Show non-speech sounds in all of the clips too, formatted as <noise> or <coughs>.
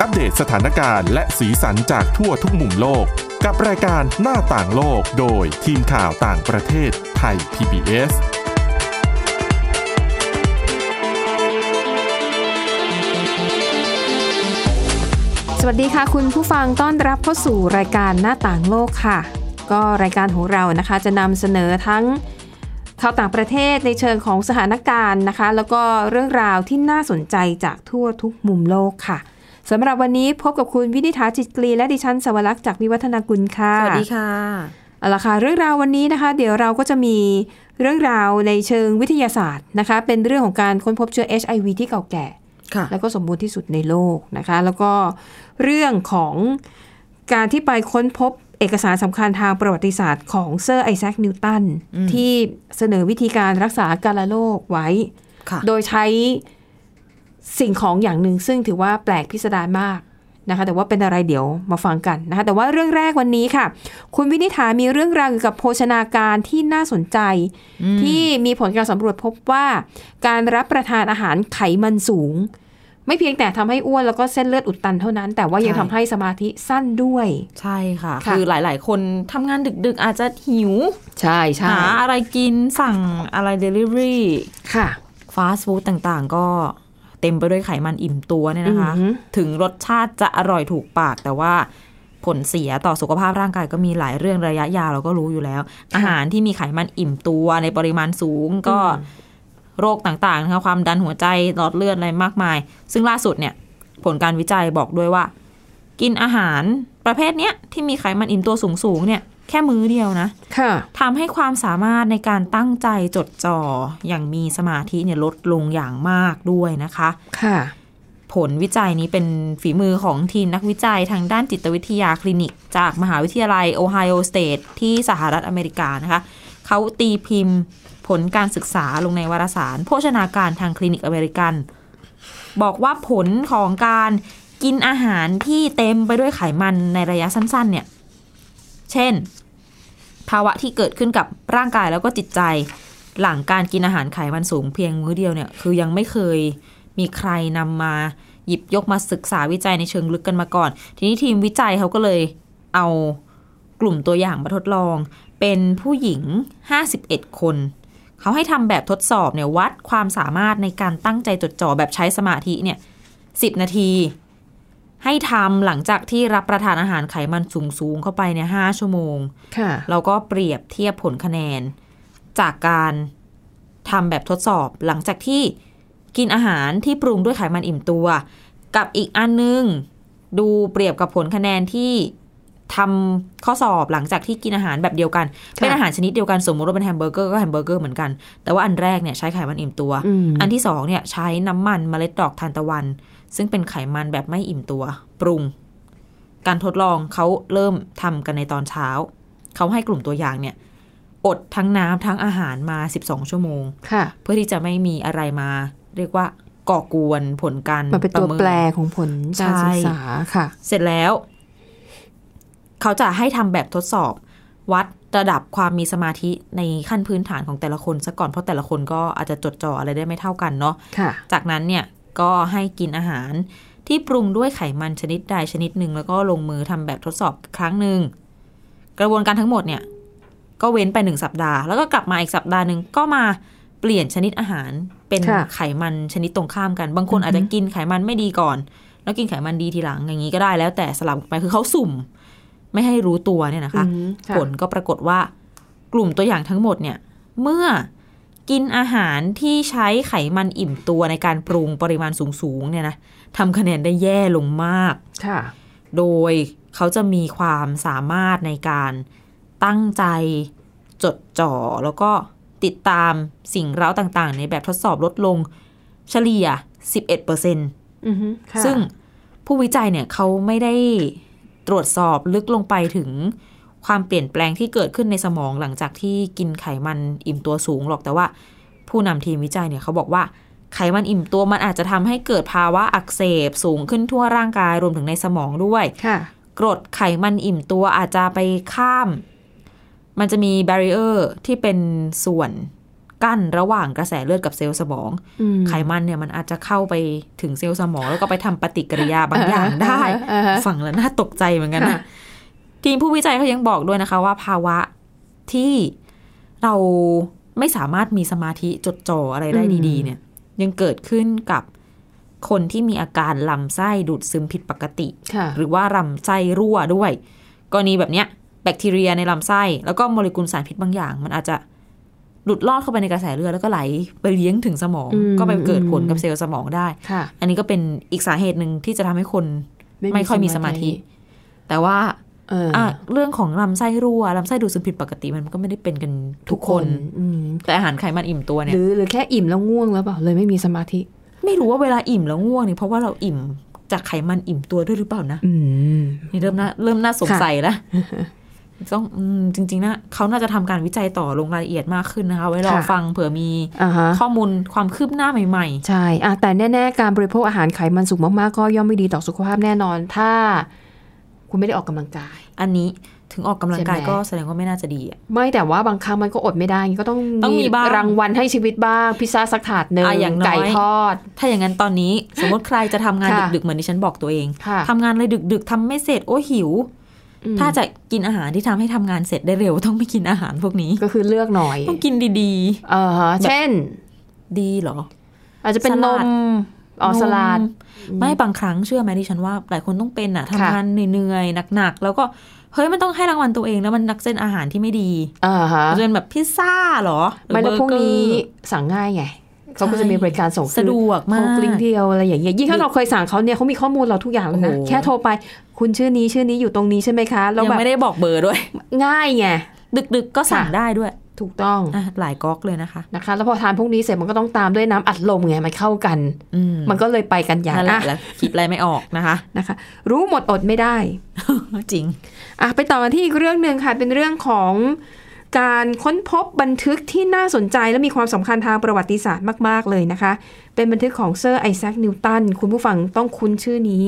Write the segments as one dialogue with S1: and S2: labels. S1: อัปเดตสถานการณ์และสีสันจากทั่วทุกมุมโลก กับรายการหน้าต่างโลกโดยทีมข่าวต่างประเทศไทย PBS
S2: สวัสดีค่ะคุณผู้ฟังต้อนรับเข้าสู่รายการหน้าต่างโลกค่ะ ก็รายการของเรานะคะจะนำเสนอทั้งข่าวต่างประเทศในเชิงของสถานการณ์นะคะ แล้วก็เรื่องราวที่น่าสนใจจากทั่วทุกมุมโลกค่ะสำหรับวันนี้พบกับคุณวินิษฐาจิตกรีและดิฉันสวรักษ์จากวิวัฒนากุลค่ะ
S3: สวัสดีค่ะ
S2: เอาละค่ะเรื่องราววันนี้นะคะ เดี๋ยวเราก็จะมีเรื่องราวในเชิงวิทยาศาสตร์นะคะ เป็นเรื่องของการค้นพบเชื้อ HIV ที่เก่าแก่
S3: ค่ะ
S2: แล้วก็สมบูรณ์ที่สุดในโลกนะคะ แล้วก็เรื่องของการที่ไปค้นพบเอกสารสำคัญทางประวัติศาสตร์ของเซอร์ไอแซคนิวตันที่เสนอวิธีการรักษากาฬโรคไว้
S3: ค่ะ
S2: โดยใช้สิ่งของอย่างหนึ่งซึ่งถือว่าแปลกพิสดารมากนะคะ แต่ว่าเป็นอะไรเดี๋ยวมาฟังกันนะคะ แต่ว่าเรื่องแรกวันนี้ค่ะ คุณวินิษฐามีเรื่องราวเกี่ยวกับโภชนาการที่น่าสนใจ ที่มีผลการสำรวจพบว่า การรับประทานอาหารไขมันสูง ไม่เพียงแต่ทำให้อ้วนแล้วก็เส้นเลือดอุดตันเท่านั้น แต่ว่ายัง
S3: ใช่
S2: ทำให้สมาธิสั้นด้วย
S3: ใช่ค่ะ
S2: ค่ะ
S3: คือหลาย ๆ คนทำงานดึก ๆ อาจจะหิว
S2: ใช่ใช่
S3: หาอะไรกินสั่งอะไร Delivery
S2: ค่ะ
S3: ฟาสต์ฟู้ดต่างๆ ก็เต็มไปด้วยไขมันอิ่มตัวเนี่ยนะคะ
S2: อือหือ
S3: ถึงรสชาติจะอร่อยถูกปาก แต่ว่าผลเสียต่อสุขภาพร่างกายก็มีหลายเรื่องระยะยาวเราก็รู้อยู่แล้ว อาหารที่มีไขมันอิ่มตัวในปริมาณสูงก็โรคต่างๆนะคะความดันหัวใจหลอดเลือดอะไรมากมาย ซึ่งล่าสุดเนี่ย ผลการวิจัยบอกด้วยว่า กินอาหารประเภทเนี้ยที่มีไขมันอิ่มตัวสูงๆเนี่ยแค่มื้อเดียวนะ
S2: ค่ะ
S3: ทำให้ความสามารถในการตั้งใจจดจ่ออย่างมีสมาธิเนี่ยลดลงอย่างมากด้วยนะคะ
S2: ค่ะ
S3: ผลวิจัยนี้เป็นฝีมือของทีมนักวิจัยทางด้านจิตวิทยาคลินิก จากมหาวิทยาลัยโอไฮโอสเตทที่สหรัฐอเมริกานะคะ เขาตีพิมพ์ผลการศึกษาลงในวารสาร โภชนาการทางคลินิกอเมริกัน บอกว่าผลของการกินอาหารที่เต็มไปด้วยไขมันในระยะสั้นๆเนี่ย เช่น ภาวะที่เกิดขึ้นกับร่างกายแล้วก็จิตใจ หลังการกินอาหารไขมันสูงเพียงมื้อเดียวเนี่ยคือยังไม่เคยมีใครนำมาหยิบยกมาศึกษาวิจัยในเชิงลึกกันมาก่อน ทีนี้ทีมวิจัยเขาก็เลยเอากลุ่มตัวอย่างมาทดลอง เป็นผู้หญิง 51 คน เขาให้ทำแบบทดสอบเนี่ยวัดความสามารถในการตั้งใจจดจ่อแบบใช้สมาธิเนี่ย10 นาที ให้ทำหลังจากที่รับประทานอาหารไขมันสูงๆเข้าไปเนี่ย5ชั่วโมง
S2: ค่ะ
S3: เราก็เปรียบเทียบผลคะแนน จากการทำแบบทดสอบหลังจากที่กินอาหารที่ปรุงด้วยไขมันอิ่มตัว กับอีกอันนึง ดูเปรียบกับผลคะแนนที่ทำข้อสอบหลังจากที่กินอาหารแบบเดียวกัน
S2: ค่ะ
S3: เป็นอาหารชนิดเดียวกันสมมติว่าเป็นแฮมเบอร์เกอร์ก็แฮมเบอร์เกอร์เหมือนกัน แต่ว่าอันแรกเนี่ยใช้ไขมันอิ่มตัว
S2: อืม
S3: นที่สองเนี่ยใช้น้ำมันเมล็ดดอกทานตะวัน ซึ่งเป็นไขมันแบบไม่อิ่มตัว ปรุง การทดลองเขาเริ่มทำกันในตอนเช้า เขาให้กลุ่มตัวอย่างเนี่ย อดทั้งน้ำทั้งอาหารมา 12 ชั่วโมง
S2: ค่ะ
S3: เพื่อที่จะไม่มีอะไรมา เรียกว่าก่อกวนผลการ
S2: มาเป็นตัว
S3: ระมิ
S2: แปรของผลการศึกษาค่ะ
S3: เสร็จแล้ว เขาจะให้ทำแบบทดสอบ วัดระดับความมีสมาธิในขั้นพื้นฐานของแต่ละคนซะก่อนเพราะแต่ละคนก็อาจจะจดจ่ออะไรได้ไม่เท่ากันเนาะ
S2: ค่ะ
S3: จากนั้นเนี่ยก็ให้กินอาหารที่ปรุงด้วยไขมันชนิดใดชนิดหนึ่ง แล้วก็ลงมือทำแบบทดสอบครั้งหนึ่ง กระบวนการทั้งหมดเนี่ย ก็เว้นไปหนึ่งสัปดาห์ แล้วก็กลับมาอีกสัปดาห์หนึ่งก็มาเปลี่ยนชนิดอาหารเป็น
S2: ค่ะ
S3: ไขมันชนิดตรงข้ามกัน บางคนอาจจะกินไขมันไม่ดีก่อน แล้วกินไขมันดีทีหลังอย่างนี้ก็ได้แล้วแต่สลับไปคือเขาสุ่ม ไม่ให้รู้ตัวเนี่ยนะคะ
S2: อืมค่ะ
S3: ผลก็ปรากฏว่ากลุ่มตัวอย่างทั้งหมดเนี่ย เมื่อกินอาหารที่ใช้ไขมันอิ่มตัวในการปรุงปริมาณสูงๆเนี่ยนะทำคะแนนได้แย่ลงมาก
S2: ค่ะ
S3: โดยเขาจะมีความสามารถในการตั้งใจจดจ่อ แล้วก็ติดตามสิ่งเร้าต่างๆ ในแบบทดสอบลดลงเฉลี่ย 11%
S2: อือฮึค่ะ
S3: ซึ่งผู้วิจัยเนี่ยเขาไม่ได้ตรวจสอบลึกลงไปถึงความเปลี่ยนแปลงที่เกิดขึ้นในสมองหลังจากที่กินไขมันอิ่มตัวสูงหรอกแต่ว่า ผู้นำทีมวิจัยเนี่ยเขาบอกว่าไขมันอิ่มตัวมันอาจจะทำให้เกิดภาวะอักเสบสูงขึ้นทั่วร่างกายรวมถึงในสมองด้วย
S2: ค่ะ
S3: กรดไขมันอิ่มตัวอาจจะไปข้าม มันจะมีแบร r เออร์ที่เป็นส่วน กั้นระหว่างกระแสเลือดกับเซลล์สมอง
S2: อืม
S3: ไขมันเนี่ยมันอาจจะเข้าไปถึงเซลล์สมอง แล้วก็ไปทำปฏิกิริยาบางอย่าง
S2: เออ
S3: ได้
S2: เออเออ
S3: ฟังแล้วน่าตกใจเหมือนกันนะ
S2: ค่ะ
S3: ทีมผู้วิจัยเขายังบอกด้วยนะคะว่าภาวะที่เราไม่สามารถมีสมาธิจดจ่ออะไรได้ดีๆ เนี่ย ยังเกิดขึ้นกับคนที่มีอาการลำไส้ดูดซึมผิดปกติ
S2: ค่ะ
S3: หรือว่าลำไส้รั่วด้วย กรณีแบบเนี้ยแบคทีเรียในลำไส้ แล้วก็โมเลกุลสารพิษบางอย่าง มันอาจจะหลุดลอดเข้าไปในกระแสเลือดแล้วก็ไหลไปเลี้ยงถึงสมอง
S2: อืม
S3: ก็ไปเกิดผลกับเซลล์สมองได้
S2: ค่ะ
S3: อันนี้ก็เป็นอีกสาเหตุหนึ่งที่จะทำให้คนไม่ค่อยมีสมาธิ แต่ว่า
S2: เออ
S3: อ่ะเรื่องของลำไส้รั่วลำไส้ดูดซึมผิดปกติมันก็ไม่ได้เป็นกันทุกคน
S2: อืม
S3: แต่อาหารไขมันอิ่มตัว
S2: ห
S3: เนี่ย
S2: รือหรือแค่อิ่มแล้วง่วงแล้วเปล่าเลยไม่มีสมาธิ
S3: ไม่รู้ว่าเวลาอิ่มแล้วง่วงเนี่ยเพราะว่าเราอิ่มจากไขมันอิ่มตัวด้วยหรือเปล่านะ
S2: อืม
S3: นี่เริ่มน่าเริ่มน่าสงสัยแล้ว ต้องอืมจริง ๆนะเขาน่าจะทำการวิจัยต่อลงรายละเอียดมากขึ้นนะคะ ไว้รอ
S2: ค่ะ
S3: ฟังเผื่อมี
S2: อ่าฮะ
S3: ข้อมูลความคืบหน้าใหม่
S2: ใช่อะแต่แน่ ๆ การบริโภคอาหารไขมันสูงมาก ๆ ก็ย่อมไม่ดีต่อสุขภาพแน่นอน ถ้า คุณไม่ได้ออกกำลังกาย
S3: ๆ อันนี้ถึงออกกำลังกาย
S2: ใช่ไหม
S3: ก็แสดงว่าไม่น่าจะดีอะ
S2: ไม่แต่ว่าบางครั้งมันก็อดไม่ได้ไงก็ต้อง
S3: ต้องมีบ้าง
S2: รางวัลให้ชีวิตบ้าง พิซซ่าสักถาดหนึ่ง
S3: อ่ะอย่างน้อย
S2: ไก่ทอด
S3: ถ้าอย่างนั้นตอนนี้ สมมติใครจะทำงาน
S2: ค่ะ
S3: ดึกๆ เหมือนที่ฉันบอกตัวเอง
S2: ค่ะ
S3: ทำงานเลยดึกๆทำไม่เสร็จโอ้หิว
S2: อืม
S3: ถ้าจะกินอาหารที่ทำให้ทำงานเสร็จได้เร็ว ต้องไม่กินอาหารพวกนี้
S2: ก็คือเลือกหน่อย
S3: ต้องกินดี
S2: เออฮะเช่น
S3: ๆ ดีเหรอ
S2: อาจจะเป็น
S3: ส
S2: น
S3: ลัด
S2: มอ๋อสลัด
S3: นมไม่บางครั้งเชื่อไหมดิฉันว่าหลายคนต้องเป็นอ่ะ
S2: ค่ะ
S3: ทำงานเหนื่อยๆหนักๆ แล้วก็เฮ้ยมันต้องให้รางวัลตัวเองแล้วมันนักเส้นอาหารที่ไม่ดี
S2: อ่าฮะ
S3: จนแบบพิซซ่าเหรอหรือ
S2: ไม่แล้ว
S3: เบอ
S2: พ
S3: ร์
S2: วก
S3: เกอ
S2: นี้
S3: ร์
S2: สั่งง่ายไงเขาก็
S3: ใช่
S2: จะมีบริการส่ง
S3: สะดวก
S2: โท
S3: มาร ก
S2: กลิ้งเดียวอะไรอย่างเงี้ยยิ่งถ้าเราเคยสั่งเขาเนี่ยเขามีข้อมูลเราทุกอย่างเลยนะ
S3: โอ้โห
S2: แค่โทรไปคุณชื่อนี้ชื่อนี้อยู่ตรงนี้ใช่ไหมคะแล้ว
S3: ยัง
S2: แบบ
S3: ไม่ได้บอกเบอร์ด้วย <laughs>
S2: ง่ายไง
S3: ดึกๆ ก็สั่ง
S2: ค่ะ
S3: ได้ด้วย
S2: ถูกต้อง
S3: อ่ะหลายก๊อกเลยนะคะ
S2: นะคะ แล้วพอทานพวกนี้เสร็จมันก็ต้องตามด้วยน้ำอัดลมไงมันเข้ากัน
S3: อืม
S2: มันก็เลยไปกันอย่าง
S3: นั่นแหละ
S2: อ่ะ
S3: แล้วคิดอะไรไม่ออกนะคะ <laughs>
S2: นะคะ รู้หมดอดไม่ได้
S3: จริง
S2: อ่ะไปต่อกันที่อีกเรื่องหนึ่งค่ะเป็นเรื่องของการค้นพบบันทึกที่น่าสนใจและมีความสำคัญทางประวัติศาสตร์มาก ๆ เลยนะคะ เป็นบันทึกของเซอร์ไอแซคนิวตันคุณผู้ฟังต้องคุ้นชื่อนี้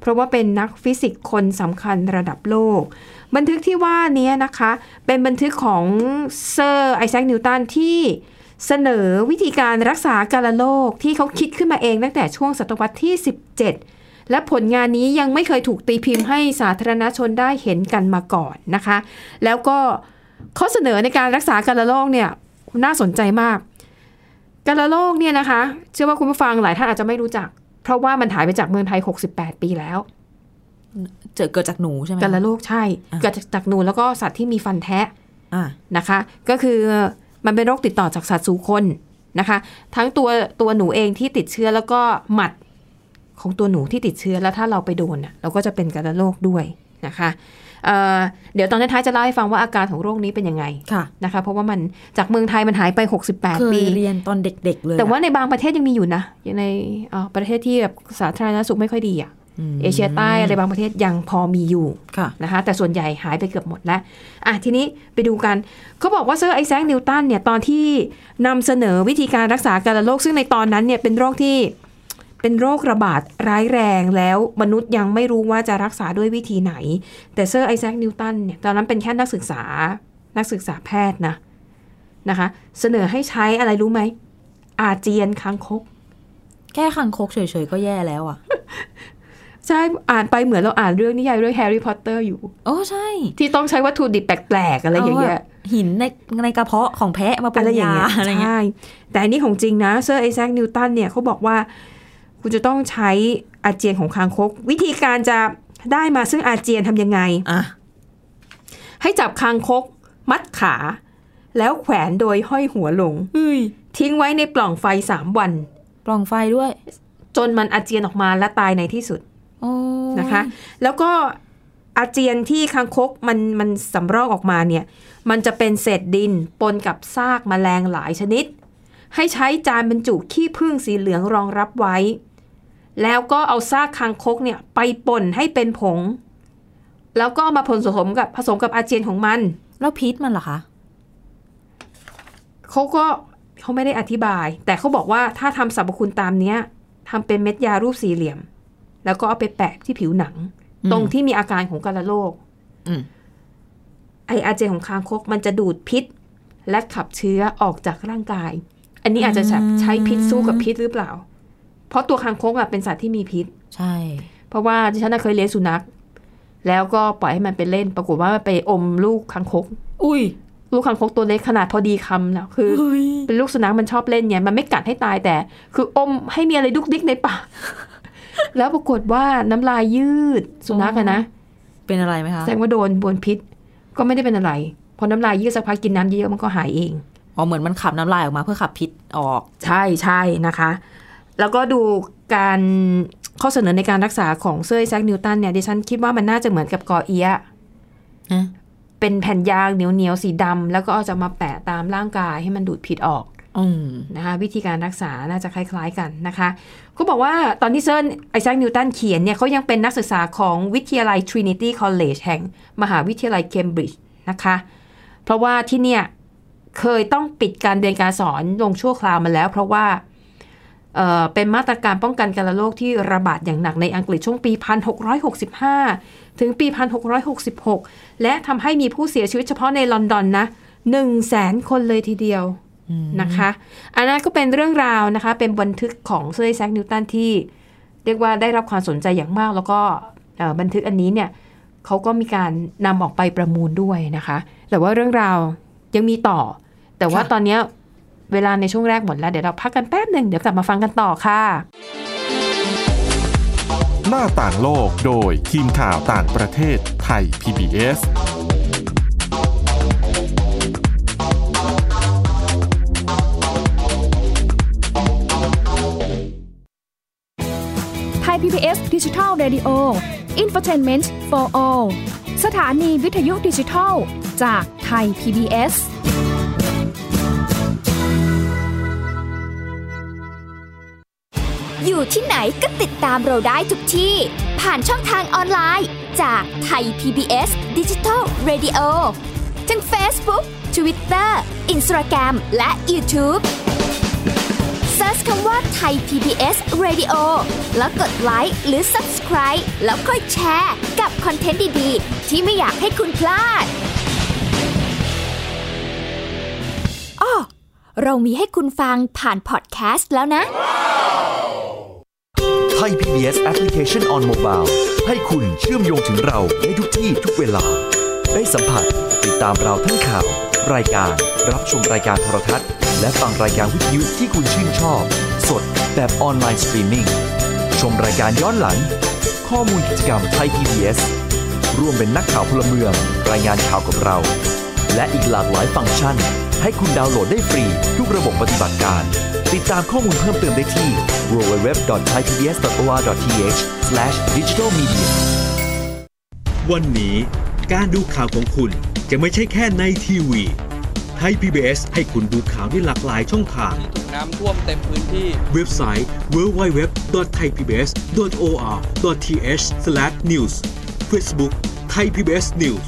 S2: เพราะว่าเป็นนักฟิสิกส์คนสำคัญระดับโลก บันทึกที่ว่านี้นะคะ เป็นบันทึกของเซอร์ไอแซคนิวตันที่เสนอวิธีการรักษากาฬโรคที่เขาคิดขึ้นมาเองตั้งแต่ช่วงศตวรรษที่ 17 และผลงานนี้ยังไม่เคยถูกตีพิมพ์ให้สาธารณชนได้เห็นกันมาก่อนนะคะ แล้วก็ข้อเสนอในการรักษากาฬโรคเนี่ยน่าสนใจมาก กาฬโรคเนี่ยนะคะ เชื่อว่าคุณผู้ฟังหลายท่านอาจจะไม่รู้จัก เพราะว่ามันหายไปจากเมืองไทย 68 ปีแล้ว
S3: เจอเกิดจากหนูใช่ไหม
S2: กาฬโรคใช่
S3: อ่ะ
S2: เกิดจากหนูแล้วก็สัตว์ที่มีฟันแทะ
S3: อ่ะ
S2: นะคะ ก็คือมันเป็นโรคติดต่อจากสัตว์สู่คนนะคะ ทั้งตัวตัวหนูเองที่ติดเชื้อแล้วก็หมัดของตัวหนูที่ติดเชื้อแล้วถ้าเราไปโดนน่ะเราก็จะเป็นกาฬโรคด้วยนะคะเอ่อเดี๋ยวตอนท้ายๆจะเล่าให้ฟังว่าอาการของโรคนี้เป็นยังไง
S3: ค่ะ
S2: นะคะ เพราะว่ามันจากเมืองไทยมันหายไป
S3: เค
S2: 68
S3: ย
S2: ปี
S3: เรียนตอนเด็กๆเลย
S2: แต่ว่า
S3: อะ
S2: ในบางประเทศยังมีอยู่นะอย่างในเอ่อประเทศที่แบบสาธารณสุขไม่ค่อยดีอะ
S3: ม
S2: เอเชียใต้อะไรบางประเทศยังพอมีอยู่
S3: ค่ะ
S2: นะคะแต่ส่วนใหญ่หายไปเกือบหมดแล้วอ่ะทีนี้ไปดูกัน เขาบอกว่าเซอร์ไอแซคนิวตันเนี่ย ตอนที่นำเสนอวิธีการรักษาการโรค ซึ่งในตอนนั้นเนี่ย เป็นโรคที่เป็นโรคระบาดร้ายแรงแล้วมนุษย์ยังไม่รู้ว่าจะรักษาด้วยวิธีไหน แต่เซอร์ไอแซคนิวตันเนี่ย ตอนนั้นเป็นแค่นักศึกษานักศึกษาแพทย์นะนะคะ เสนอให้ใช้อะไรรู้ไหม อาเจียนคางคก
S3: แค่คังคกเฉยๆก็แย่แล้วอ่ะ
S2: ใช่อ่านไปเหมือนเราอ่านเรื่องนิยายเรื่องแฮร์รี่พอตเตอร์อยู่
S3: โอ้ใช่
S2: ที่ต้องใช้วัตถุดิบแปลกๆอะไรอย่างเงี้ย
S3: เแบบหินในในกระเพาะของแพะมาปรุ
S2: อะไร
S3: ง
S2: อย่าง
S3: ยา
S2: เงี้ย
S3: อะไรเงี้ย
S2: ใช่แต่อันนี้ของจริงนะเซอร์ไอแซคนิวตันเนี่ยเขาบอกว่า คุณจะต้องใช้อาเจียนของคางคก วิธีการจะได้มาซึ่งอาเจียนทำยังไง
S3: อ่ะ
S2: ให้จับคางคก มัดขา แล้วแขวนโดยห้อยหัวลง
S3: เฮ้ย
S2: ทิ้งไว้ในปล่องไฟสามวัน
S3: ปล่องไฟด้วย
S2: จนมันอาเจียนออกมาและตายในที่สุด
S3: โอ้ย
S2: นะคะ แล้วก็อาเจียนที่คางคกมันมันสำรอกออกมาเนี่ย มันจะเป็นเศษดินปนกับซากแมลงหลายชนิด ให้ใช้จานบรรจุขี้ผึ้งสีเหลืองรองรับไว้ แล้วก็เอาซากคางคกเนี่ยไปป่นให้เป็นผง แล้วก็เอามาผสมกับผสมกับอาเจียนของมัน
S3: แล้วพิษมันเหรอคะ
S2: เขาก็เขาไม่ได้อธิบาย แต่เขาบอกว่าถ้าทำสรรพคุณตามเนี้ยทำเป็นเม็ดยารูปสี่เหลี่ยม แล้วก็เอาไปแปะที่ผิวหนัง
S3: อืม
S2: ตรงที่มีอาการของกาฬโรค
S3: อืม
S2: ไออาเจนของคางคกมันจะดูดพิษ และขับเชื้อออกจากร่างกาย อันนี้อาจจะ
S3: อืม
S2: ใช้พิษสู้กับพิษหรือเปล่า เพราะตัวคางคกอะเป็นสัตว์ที่มีพิษ
S3: ใช่
S2: เพราะว่าดิฉันนะเคยเลี้ยงสุนัข แล้วก็ปล่อยให้มันไปเล่น ปรากฏว่ามันไปอมลูกคางคก
S3: อุ้ย
S2: ลูกคางคกตัวเล็กขนาดพอดีคำนะคือ
S3: เฮ้ย
S2: เป็นลูกสุนัขมันชอบเล่นไงมันไม่กัดให้ตายแต่ คืออมให้มีอะไรดุกดิกในปาก แล้วปรากฏว่าน้ำลายยืดสุนัขอะนะ
S3: เป็นอะไรไหมคะ
S2: แสดงว่าโดนบวนพิษ ก็ไม่ได้เป็นอะไรพอน้ำลายยืดสักพักกินน้ำเยอะๆมันก็หายเอง
S3: อ๋อเหมือนมันขับน้ำลายออกมาเพื่อขับพิษออก
S2: ใช่ใช่นะคะ แล้วก็ดูการข้อเสนอในการรักษาของเซอร์ไอแซคนิวตันเนี่ยดิฉันคิดว่ามันน่าจะเหมือนกับกอเอียะ
S3: ฮะ
S2: เป็นแผ่นยางเหนียวเหนียวๆสีดำแล้วก็เอาจะมาแปะตามร่างกายให้มันดูดพิษออก
S3: อืม
S2: นะคะวิธีการรักษาน่าจะคล้ายๆกันนะคะเขาบอกว่าตอนที่เซอร์ไอแซคนิวตันเขียนเนี่ยเขายังเป็นนักศึกษาของวิทยาลัย Trinity College แห่งมหาวิทยาลัยเคมบริดจ์นะคะ เพราะว่าที่เนี่ยเคยต้องปิดการเรียนการสอนลงชั่วคราวมาแล้ว เพราะว่าเอ่อเป็นมาตรการป้องกันการระโรคที่ระบาดอย่างหนักในอังกฤษช่วงปี 1665 ถึงปี 1666 และทำให้มีผู้เสียชีวิตเฉพาะในลอนดอนนะ1 0 0 0 0แสนคนเลยทีเดียว นะคะอันนั้นก็เป็นเรื่องราวนะคะ เป็นบันทึกของเซอร์แซคนิวตันที่เรียกว่าได้รับความสนใจอย่างมาก แล้วก็เอ่อบันทึกอันนี้เนี่ยเขาก็มีการนำออกไปประมูลด้วยนะคะ แต่ว่าเรื่องราวยังมีต่อ แต่ว่าตอนเนี้ยเวลาในช่วงแรกหมดแล้ว เดี๋ยวเราพักกันแป๊บหนึ่งเดี๋ยวกลับมาฟังกันต่อค่ะ
S1: หน้าต่างโลกโดยทีมข่าวต่างประเทศไทย PBS
S4: ไทย PBS Digital Radio Infotainment for All สถานีวิทยุดิจิทัลจากไทย PBS
S5: อยู่ที่ไหนก็ติดตามเราได้ทุกที่ ผ่านช่องทางออนไลน์ จากไทย PBS Digital Radio ทั้ง Facebook Twitter Instagram และ YouTube Search คำว่าไทย PBS Radio แล้วกดไลค์หรือ Subscribe แล้วค่อยแชร์ กับคอนเทนต์ดี ๆ ที่ไม่อยากให้คุณพลาดอ้อเรามีให้คุณฟังผ่านพอดแคสต์แล้วนะ
S6: ไทย PBS Application on Mobile ให้คุณเชื่อมโยงถึงเราในทุกที่ทุกเวลา ได้สัมผัสติดตามเราทั้งข่าว รายการ รับชมรายการโทรทัศน์ และฟังรายการวิทยุที่คุณชื่นชอบ สดแบบออนไลน์สตรีมมิ่งชมรายการย้อนหลัง ข้อมูลกิจกรรมไทย PBS ร่วมเป็นนักข่าวพลเมือง รายงานข่าวกับเรา และอีกหลากหลายฟังก์ชัน ให้คุณดาวน์โหลดได้ฟรีทุกระบบปฏิบัติการ ติดตามข้อมูลเพิ่มเติมได้ที่ www.thaipbs.or.th/digitalmedia
S7: วันนี้การดูข่าวของคุณจะไม่ใช่แค่ในทีวีไทย PBS ให้คุณดูข่าวได้หลากหลายช่องทาง
S8: ถูกน้ำท่วมเต็มพื้นที่
S7: เว็บไซต์ www.thaipbs.or.th/news Facebook Thai PBS News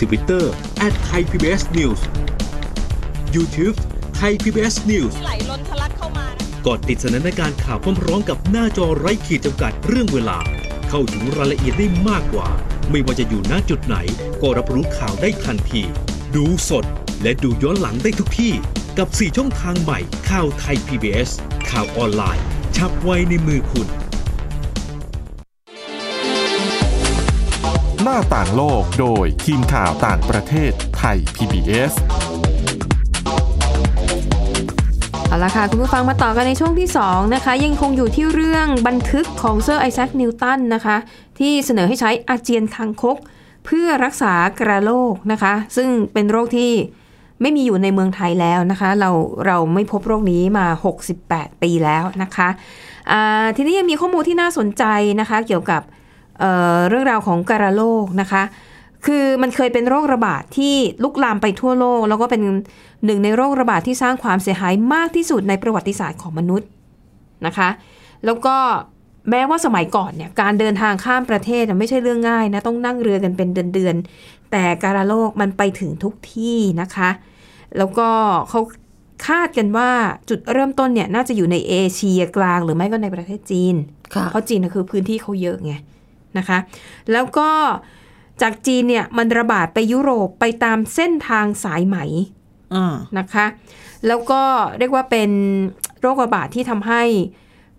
S7: Twitter @thaipbsnews YouTube Thai PBS News
S9: ไหลล้นทะลักเข้ามา
S7: กดติดสนันในการข่าวพร้อมร้องกับหน้าจอไร้ขีดจำกัดเรื่องเวลา เข้าถึงรายละเอียดได้มากกว่า ไม่ว่าจะอยู่ณจุดไหน ก็รับรู้ข่าวได้ทันที ดูสดและดูย้อนหลังได้ทุกที่ กับ 4 ช่องทางใหม่ ข่าวไทย PBS ข่าวออนไลน์ ชับไว้ในมือคุณ
S1: หน้าต่างโลกโดยทีมข่าวต่างประเทศไทย PBS
S2: เอาละค่ะ คุณผู้ฟังมาต่อกันในช่วงที่ 2 นะคะ ยังคงอยู่ที่เรื่องบันทึกของเซอร์ไอแซคนิวตันนะคะ ที่เสนอให้ใช้อาเจียนคางคก เพื่อรักษากระโรคนะคะ ซึ่งเป็นโรคที่ไม่มีอยู่ในเมืองไทยแล้วนะคะ เราเราไม่พบโรคนี้มา 68 ปีแล้วนะคะอ่าทีนี้ยังมีข้อมูลที่น่าสนใจนะคะ เกี่ยวกับเอ่อเรื่องราวของกระโรคนะคะ คือมันเคยเป็นโรคระบาดที่ลุกลามไปทั่วโลก แล้วก็เป็นหนึ่งในโรคระบาดที่สร้างความเสียหายมากที่สุดในประวัติศาสตร์ของมนุษย์นะคะ แล้วก็แม้ว่าสมัยก่อนเนี่ยการเดินทางข้ามประเทศน่ะไม่ใช่เรื่องง่ายนะต้องนั่งเรือกันเป็นเดือนๆแต่การะโรคมันไปถึงทุกที่นะคะ แล้วก็เขาคาดกันว่าจุดเริ่มต้นเนี่ยน่าจะอยู่ในเอเชียกลางหรือไม่ก็ในประเทศจีน
S3: ค่ะ
S2: เพราะจีนน่ะคือพื้นที่เขาเยอะไงนะคะ แล้วก็ จากจีนเนี่ยมันระบาดไปยุโรปไปตามเส้นทางสายไหม
S3: อ่า
S2: นะคะ แล้วก็เรียกว่าเป็นโรคระบาดที่ทำให้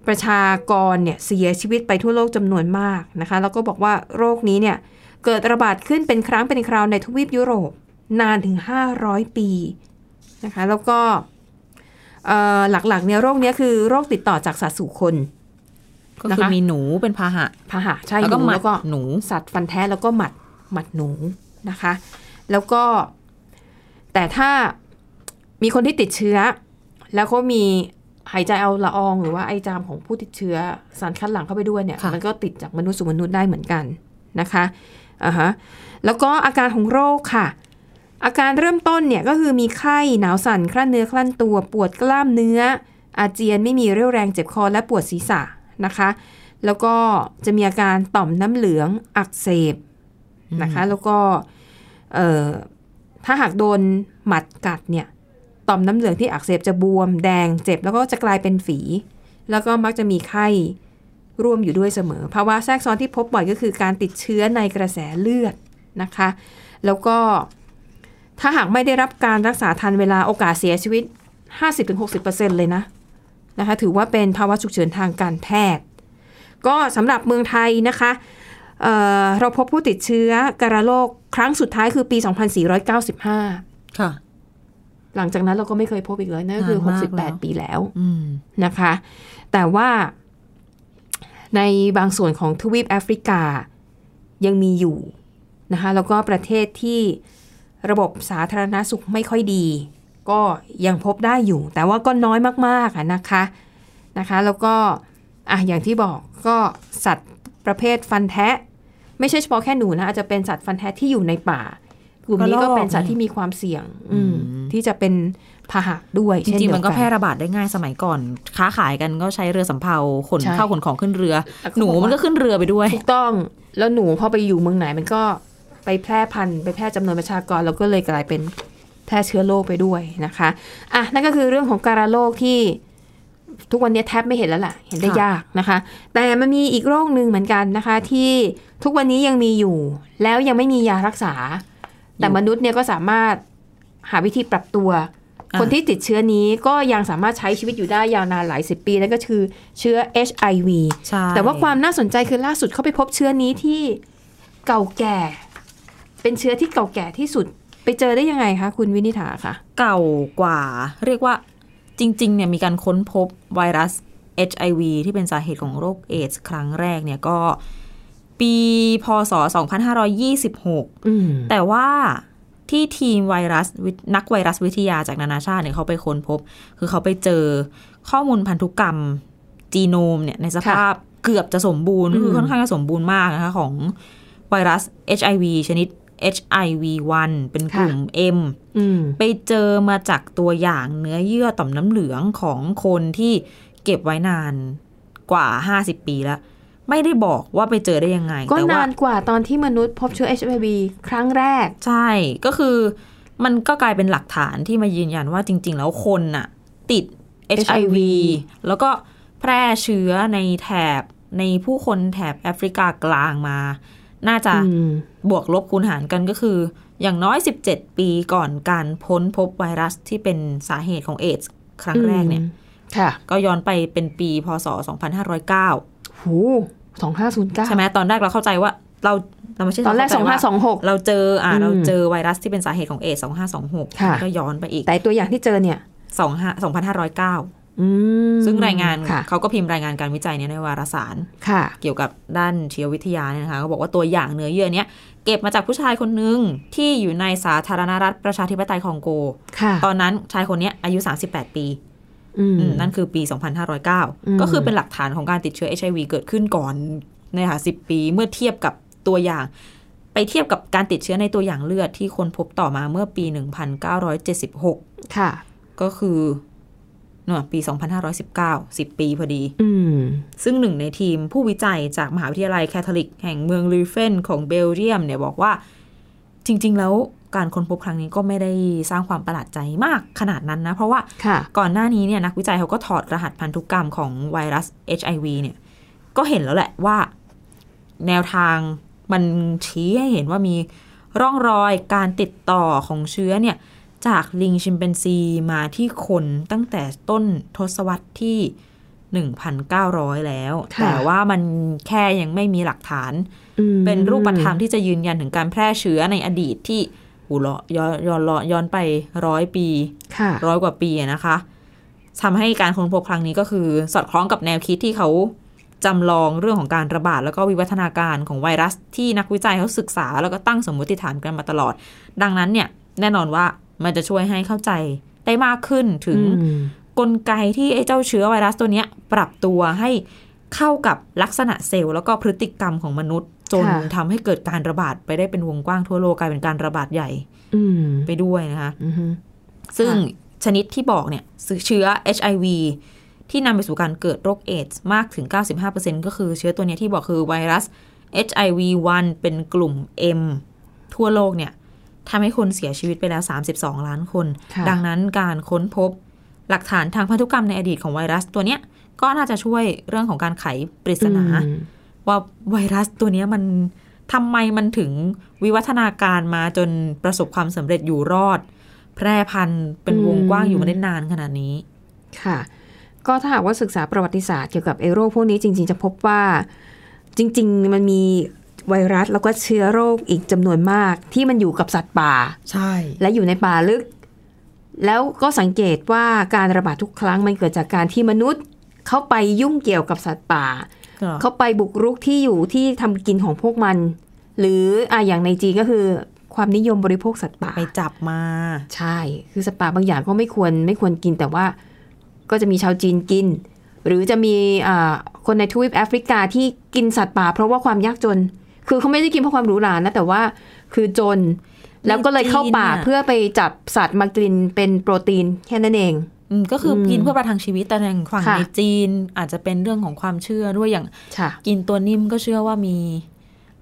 S2: ประชากรเนี่ยเสียชีวิตไปทั่วโลกจำนวนมากนะคะ แล้วก็บอกว่าโรคนี้เนี่ยเกิดระบาดขึ้นเป็นครั้งเป็นคราวในทวีปยุโรปนานถึง 500 ปีนะคะ แล้วก็เอ่อหลักๆเนี่ยโรคเนี้ยคือโรคติดต่อจากสัตว์สู่คน
S3: ก็
S2: นะ
S3: คือ
S2: คะ
S3: มีหนูเป็นพาหะ
S2: พาหะใช่
S3: แล้วก็
S2: หนู
S3: หมัด
S2: แล้วก็
S3: หนู
S2: สัตว์ฟันแท้แล้วก็หมัดหมัดหนูนะคะ แล้วก็แต่ถ้ามีคนที่ติดเชื้อ แล้วเขามีหายใจเอาละออง หรือว่าไอจามของผู้ติดเชื้อสารคัดหลั่งเข้าไปด้วยเนี่ย
S3: ค่ะ
S2: มันก็ติดจากมนุษย์สู่มนุษย์ได้เหมือนกันนะคะอ่าฮะแล้วก็อาการของโรคค่ะ อาการเริ่มต้นเนี่ยก็คือมีไข้หนาวสั่นคลั่นเนื้อคลั่นตัว ปวดกล้ามเนื้อ อาเจียนไม่มีเรี่ยวแรงเจ็บคอและปวดศีรษะนะคะ แล้วก็จะมีอาการต่อมน้ำเหลืองอักเสบนะคะ แล้วก็เอ่อถ้าหากโดนหมัดกัดเนี่ยต่อมน้ำเหลืองที่อักเสบจะบวมแดงเจ็บ แล้วก็จะกลายเป็นฝี แล้วก็มักจะมีไข้ร่วมอยู่ด้วยเสมอ ภาวะแทรกซ้อนที่พบบ่อยก็คือการติดเชื้อในกระแสเลือดนะคะ แล้วก็ถ้าหากไม่ได้รับการรักษาทันเวลาโอกาสเสียชีวิต 50-60%เลยนะนะคะ ถือว่าเป็นภาวะฉุกเฉินทางการแพทย์ ก็สำหรับเมืองไทยนะคะเอ่อเราพบผู้ติดเชื้อกระโรคครั้งสุดท้ายคือปี 2495
S3: ค่ะ
S2: หลังจากนั้นเราก็ไม่เคยพบอีกเลยนั่นก็คือ
S3: นานมากแล้ว
S2: 68 ปีแล้ว
S3: อืม
S2: นะคะ แต่ว่าในบางส่วนของทวีปแอฟริกายังมีอยู่นะคะแล้วก็ประเทศที่ระบบสาธารณาสุขไม่ค่อยดี ก็ยังพบได้อยู่ แต่ว่าก็น้อยมากๆอะนะคะนะคะแล้วก็อ่ะอย่างที่บอกก็สัตว์ประเภทฟันแทะ ไม่ใช่เฉพาะแค่หนูนะอาจจะเป็นสัตว์ฟันแทะที่อยู่ในป่ากลุ่มนี้ก็เป็นสัตว์ที่มีความเสี่ยงอืมที่จะเป็นพาหะด้วย
S3: จ
S2: เช่
S3: ริง
S2: เดีย
S3: ๆ
S2: ว
S3: มันก็
S2: น
S3: แพร่ระบาดได้ง่ายสมัยก่อน ค้าขายกันก็ใช้เรือสำเภาขน
S2: ใช่
S3: ข้าวขนของขึ้นเรือ
S2: แล้วก็
S3: หนู
S2: บอกว่ามั
S3: มันก็ขึ้นเรือไปด้วย
S2: ถูกต้องแล้วหนูพอไปอยู่เมืองไหนมันก็ไปแพร่พันธุ์ไปแพร่จำนวนประชากรแล้วก็เลยกลายเป็นแพร่เชื้อโรคไปด้วยนะคะอ่ะนั่นก็คือเรื่องของการะโรคที่ทุกวันนี้แทบไม่เห็นแล้วล่ะ เห็นได้
S3: ค่ะ
S2: ยากนะคะ แต่มันมีอีกโรคหนึ่งเหมือนกันนะคะ ที่ทุกวันนี้ยังมีอยู่ แล้วยังไม่มียารักษา แต่มนุษย์เนี่ยก็สามารถหาวิธีปรับตัว คนที่ติดเชื้อนี้ก็ยังสามารถใช้ชีวิตอยู่ได้ยาวนานหลายสิบปีนั่นก็คือเชื้อ HIV
S3: ใช่
S2: แต่ว่าความน่าสนใจคือล่าสุดเขาไปพบเชื้อนี้ที่เก่าแก่ เป็นเชื้อที่เก่าแก่ที่สุด ไปเจอได้ยังไงคะคุณวินิฐาคะ
S3: เก่ากว่า เรียกว่าจริงๆเนี่ยมีการค้นพบไวรัส HIV ที่เป็นสาเหตุของโรคเอดส์ครั้งแรกเนี่ยก็ปีพศ 2526
S2: อืม
S3: แต่ว่าที่ทีมไวรัสวิทนักไวรัสวิทยาจากนานาชาติเนี่ยเขาไปค้นพบ คือเขาไปเจอข้อมูลพันธุกรรมจีโนมเนี่ยในสภาพเกือบจะสมบูรณ์
S2: อืม
S3: คือค่อนข้างจะสมบูรณ์มากนะคะของไวรัส HIV ชนิด HIV1 เป็นกลุ่ม M
S2: อืม
S3: ไปเจอมาจากตัวอย่างเนื้อเยื่อต่อมน้ำเหลืองของคนที่เก็บไว้นานกว่า 50 ปีแล้ว ไม่ได้บอกว่าไปเจอได้ยังไง
S2: ก็
S3: แต่ว่
S2: นานกว่าตอนที่มนุษย์พบเชื้อ HIV ครั้งแรก
S3: ใช่ก็คือมันก็กลายเป็นหลักฐานที่มายืนยันว่าจริง ๆ แล้วคนน่ะ ติด HIV แล้วก็แพร่เชื้อในแถบในผู้คนแถบแอฟริกากลางมา น่าจะ
S2: อืม
S3: บวกลบคูณหารกันก็คือ อย่างน้อย 17 ปีก่อนการพ้นพบไวรัสที่เป็นสาเหตุของเอดส์ครั้งแรกเนี่ย
S2: ค่ะ
S3: ก็ย้อนไปเป็นปีพศ 2509
S2: หูสองห้าศูนย์เก้า
S3: ใช่ไหมตอนแรกเราเข้าใจว่าเราเราไม่ใช่
S2: ตอนแรก
S3: เเข้
S2: สอง
S3: ใจ
S2: ห้า
S3: ว่า
S2: สองหก
S3: เราเจออ่า
S2: อืม
S3: เราเจอไวรัสที่เป็นสาเหตุของเอสองห้าสองหก
S2: ค่ะ
S3: ก็ย้อนไปอีก
S2: แต่ตัวอย่างที่เจอเนี่ย
S3: สองห้าสองพันห้าร้อยเก้า
S2: อืม
S3: ซึ่งรายงาน
S2: ค่ะ
S3: เขาก็พิมพ์รายงานการวิจัยเนี่ยในวารสาร
S2: ค่ะ
S3: เกี่ยวกับด้านชีววิทยาเนี่ยนะคะเขาบอกว่าตัวอย่างเนื้อเยื่อเนี้ยเก็บมาจากผู้ชายคนหนึ่งที่อยู่ในสาธารณรัฐประชาธิปไตยคองโก
S2: ค่ะ
S3: ตอนนั้นชายคนเนี้ยอายุ 38 ปี
S2: อืม
S3: อืมนั่นคือปี
S2: ม
S3: 2509 ก็คือเป็นหลักฐานของการติดเชื้อ HIV เกิดขึ้นก่อนในหาสิปีเมื่อเทียบกับตัวอย่าง ไปเทียบกับการติดเชื้อในตัวอย่างเลือดที่คนพบต่อมาเมื่อปี 1976
S2: ค่ะ
S3: ก็คือเนอะปี 2519 10 ปีพอดี
S2: อืม
S3: ซึ่งหนึ่งในทีมผู้วิจัยจากมหาวิทยาลัยแคทอลิก แห่งเมืองลิเฟนของเบลเยียมเนี่ยบอกว่าจริง ๆ แล้วการค้นพบครั้งนี้ก็ไม่ได้สร้างความประหลาดใจมากขนาดนั้นนะ เพราะว่า
S2: ค่ะ
S3: ก่อนหน้านี้เนี่ยนักวิจัยเขาก็ถอดรหัสพันธุกรรมของไวรัส HIV เนี่ย ก็เห็นแล้วแหละว่า แนวทาง มันชี้ให้เห็นว่ามีร่องรอยการติดต่อของเชื้อเนี่ย จากลิงชิมเปนซีมาที่คนตั้งแต่ต้นทศวรรษที่ 1,900 แล้ว
S2: ค่ะ
S3: แต่ว่ามันแค่ยังไม่มีหลักฐาน
S2: อืม
S3: เป็นรูปธรรมที่จะยืนยันถึงการแพร่เชื้อในอดีตที่หูเลาะย้อนย้อนเลาะย้อนไปร้อยปี
S2: ค่ะ
S3: ร้อยกว่าปีอะนะคะทำให้การค้นพบครั้งนี้ก็คือ สอดคล้องกับแนวคิดที่เขาจำลองเรื่องของการระบาด แล้วก็วิวัฒนาการของไวรัสที่นักวิจัยเขาศึกษา แล้วก็ตั้งสมมติฐานกันมาตลอด ดังนั้นเนี่ยแน่นอนว่ามันจะช่วยให้เข้าใจได้มากขึ้นถึง
S2: อืม
S3: กลไกที่ไอ้เจ้าเชื้อไวรัสตัวเนี้ย ปรับตัวให้เข้ากับลักษณะเซลล์แล้วก็พฤติกรรมของมนุษย์ จน
S2: ค่ะ
S3: ทำให้เกิดการระบาดไปได้เป็นวงกว้างทั่วโลกกลายเป็นการระบาดใหญ่
S2: อืม
S3: ไปด้วยนะคะ
S2: อือฮึ
S3: ซึ่ง
S2: ค่ะ
S3: ชนิดที่บอกเนี่ยเชื้อ HIV ที่นำไปสู่การเกิดโรคเอดส์มากถึง 95%ก็คือเชื้อตัวเนี้ยที่บอกคือไวรัส HIV 1 เป็นกลุ่ม M ทั่วโลกเนี่ยทำให้คนเสียชีวิตไปแล้ว 32 ล้านคน
S2: ค่ะ
S3: ดังนั้นการค้นพบหลักฐานทางพันธุกรรมในอดีตของไวรัสตัวเนี้ยก็น่าจะช่วยเรื่องของการไขปริศนา
S2: อืม
S3: ว่าไวรัสตัวเนี้ยมันทำไมมันถึงวิวัฒนาการมาจนประสบความสำเร็จอยู่รอด แพร่พันธุ์เป็นวงกว้าง
S2: อืม
S3: อยู่มาได้นานขนาดนี้
S2: ค่ะ ก็ถ้าหากว่าศึกษาประวัติศาสตร์เกี่ยวกับเอโรคพวกนี้จริง ๆ จะพบว่าจริง ๆ มันมีไวรัสแล้วก็เชื้อโรคอีกจำนวนมากที่มันอยู่กับสัตว์ป่า
S3: ใช่
S2: และอยู่ในป่าลึก แล้วก็สังเกตว่าการระบาดทุกครั้งมันเกิดจากการที่มนุษย์ เข้าไปยุ่งเกี่ยวกับสัตว์ป่า
S3: ก็
S2: เข้าไปบุกรุกที่อยู่ที่ทำกินของพวกมัน หรืออ่ะอย่างในจีนก็คือ ความนิยมบริโภคสัตว์ป่า
S3: ไปจับมา
S2: ใช่ คือสัตว์ป่าบางอย่างก็ไม่ควรไม่ควรกินแต่ว่าก็จะมีชาวจีนกิน หรือจะมีอ่าคนในทวีปแอฟริกาที่กินสัตว์ป่า เพราะว่าความยากจน คือเขาไม่ได้กินเพราะความหรูหรานะแต่ว่าคือจน แล้วก็เลยเข้าป่าเพื่อไปจับสัตว์มากินเป็นโปรตีนแค่นั้นเอง
S3: อืมก็คืออ
S2: ม
S3: กินเพื่อประทังชีวิตแต่ในฝั่ง
S2: ค่ะ
S3: ในจีนอาจจะเป็นเรื่องของความเชื่อด้วยอย่าง
S2: ค่ะ
S3: กินตัวนิ่มก็เชื่อว่ามี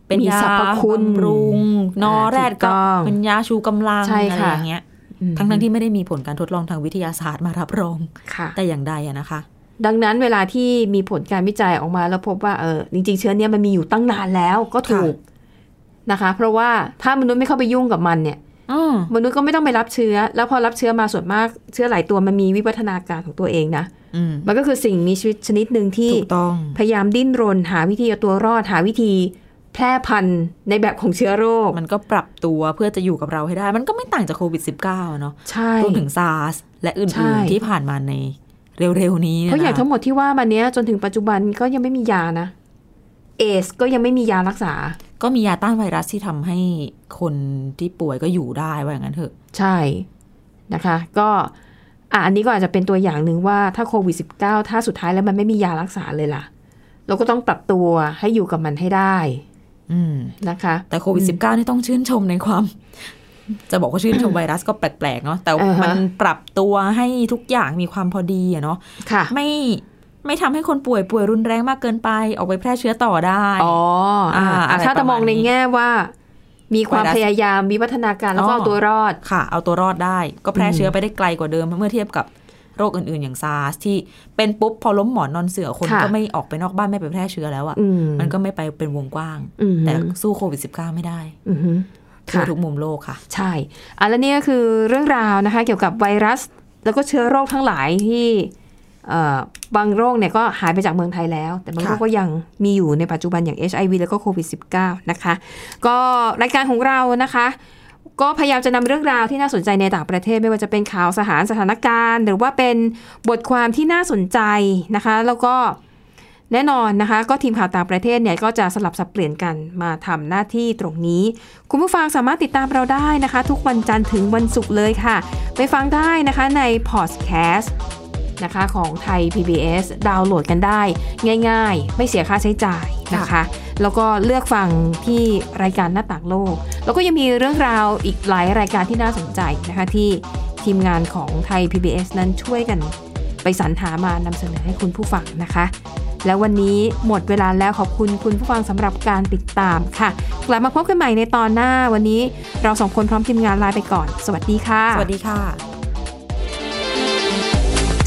S3: เป็น
S2: มี
S3: ยา
S2: สรรพคุณ
S3: บำรุงนอแรดก็
S2: ถูกต้อง
S3: เป็นยาชูกำลัง
S2: ใช่
S3: อะไร
S2: ค่ะ
S3: อย่างเงี้ย
S2: อืม
S3: ทั้งทั้งๆที่ไม่ได้มีผลการทดลองทางวิทยาศาสตร์มารับรอง
S2: ค่ะ
S3: แต่อย่างใดอะนะคะ
S2: ดังนั้นเวลาที่มีผลการวิจัยออกมาแล้วพบว่าเออจริง ๆ เชื้อเนี้ยมันมีอยู่ตั้งนานแล้วก็ถูกนะคะ เพราะว่าถ้ามนุษย์ไม่เข้าไปยุ่งกับมันเนี่ย
S3: อืม
S2: มนุษย์ก็ไม่ต้องไปรับเชื้อ แล้วพอรับเชื้อมาส่วนมากเชื้อหลายตัวมันมีวิวัฒนาการของตัวเองนะ
S3: อืม
S2: มันก็คือสิ่งมีชีวิตชนิดหนึ่งที่
S3: ถูกต้อง
S2: พยายามดิ้นรน หาวิธีเอาตัวรอดหาวิธีแพร่พันธุ์ในแบบของเชื้อโรค
S3: มันก็ปรับตัวเพื่อจะอยู่กับเราให้ได้ มันก็ไม่ต่างจากโควิด -19 เนาะ
S2: ใช่
S3: รวมถึงซาร์สและอ
S2: ใช่
S3: ื่นๆ ที่ผ่านมาในเร็วๆ นี้น
S2: เพราะอย่างทั้งหมดที่ว่ามาเนี้ยจนถึงปัจจุบันก็ยังไม่มียานะ เอสก็ยังไม่มียารักษา
S3: ก็มียาต้านไวรัสที่ทำให้คนที่ป่วยก็อยู่ได้ว่าอย่างนั้นเถอะ
S2: ใช่นะคะ ก็อ่ะอันนี้ก็อาจจะเป็นตัวอย่างหนึ่งว่าถ้าโควิด -19 ถ้าสุดท้ายแล้วมันไม่มียารักษาเลยล่ะ เราก็ต้องปรับตัวให้อยู่กับมันให้ได้
S3: อืม
S2: นะคะ
S3: แต่โควิด -19 นี่ต้องชื่นชมในความ จะบอกว่าชื่นช
S2: <coughs>
S3: มไวรัสก็แปลกๆ เนาะแต่
S2: อ่าฮะ
S3: มันปรับตัวให้ทุกอย่างมีความพอดีอะเนาะ
S2: ค่ะ
S3: ไม่ไม่ทำให้คนป่วยป่วยรุนแรงมากเกินไป ออกไปแพร่เชื้อต่อได้
S2: อ๋ออ่า
S3: อ่าอะไร
S2: ถ้าจะมองในแง่ว่า มีความ
S3: ไวรัส
S2: พยายามมีวัฒนาการแล้วก็
S3: อ๋อ
S2: เอาตัวรอด
S3: ค่ะ เอาตัวรอดได้ก็แพร่
S2: อืม
S3: เชื้อไปได้ไกลกว่าเดิม เมื่อเทียบกับโรคอื่นๆ อย่างซาร์สที่เป็นปุ๊บ พอล้มหมอนนอนเสือคน
S2: ค่ะ
S3: ก็ไม่ออกไปนอกบ้านไม่ไปแพร่เชื้อแล้วอะ
S2: อืม
S3: มันก็ไม่ไปเป็นวงกว้าง
S2: อืม
S3: แต่สู้โควิด -19 ไม่ได้
S2: อืม
S3: ทั่ว
S2: ค่ะ
S3: ทุกมุมโลกค่ะ
S2: ใช่อ่ะแล้วนี่ก็คือเรื่องราวนะคะ เกี่ยวกับไวรัส แล้วก็เชื้อโรคทั้งหลายที่เอ่อบางโรคเนี่ยก็หายไปจากเมืองไทยแล้ว แต่บางโรค
S3: ค่ะ
S2: ก็ยังมีอยู่ในปัจจุบันอย่าง HIV แล้วก็โควิด -19 นะคะ ก็รายการของเรานะคะ ก็พยายามจะนำเรื่องราวที่น่าสนใจในต่างประเทศ ไม่ว่าจะเป็นข่าวสารสถานการณ์ หรือว่าเป็นบทความที่น่าสนใจนะคะ แล้วก็แน่นอนนะคะ ก็ทีมข่าวต่างประเทศเนี่ยก็จะสลับสับเปลี่ยนกันมาทำหน้าที่ตรงนี้ คุณผู้ฟังสามารถติดตามเราได้นะคะ ทุกวันจันทร์ถึงวันศุกร์เลยค่ะ ไปฟังได้นะคะในพอดแคสต์นะคะของไทย PBS ดาวน์โหลดกันได้ง่าย ๆ ไม่เสียค่าใช้จ่ายนะคะ แล้วก็เลือกฟังที่รายการหน้าต่างโลก แล้วก็ยังมีเรื่องราวอีกหลายรายการที่น่าสนใจนะคะ ที่ทีมงานของไทย PBS นั้นช่วยกันไปสรรหามานำเสนอให้คุณผู้ฟังนะคะ แล้ววันนี้หมดเวลาแล้วขอบคุณคุณผู้ฟังสำหรับการติดตามค่ะ กลับมาพบกันใหม่ในตอนหน้าวันนี้เราสองคนพร้อมทีมงานลาไปก่อน สวัสดีค่ะ
S3: สวัสดีค่ะ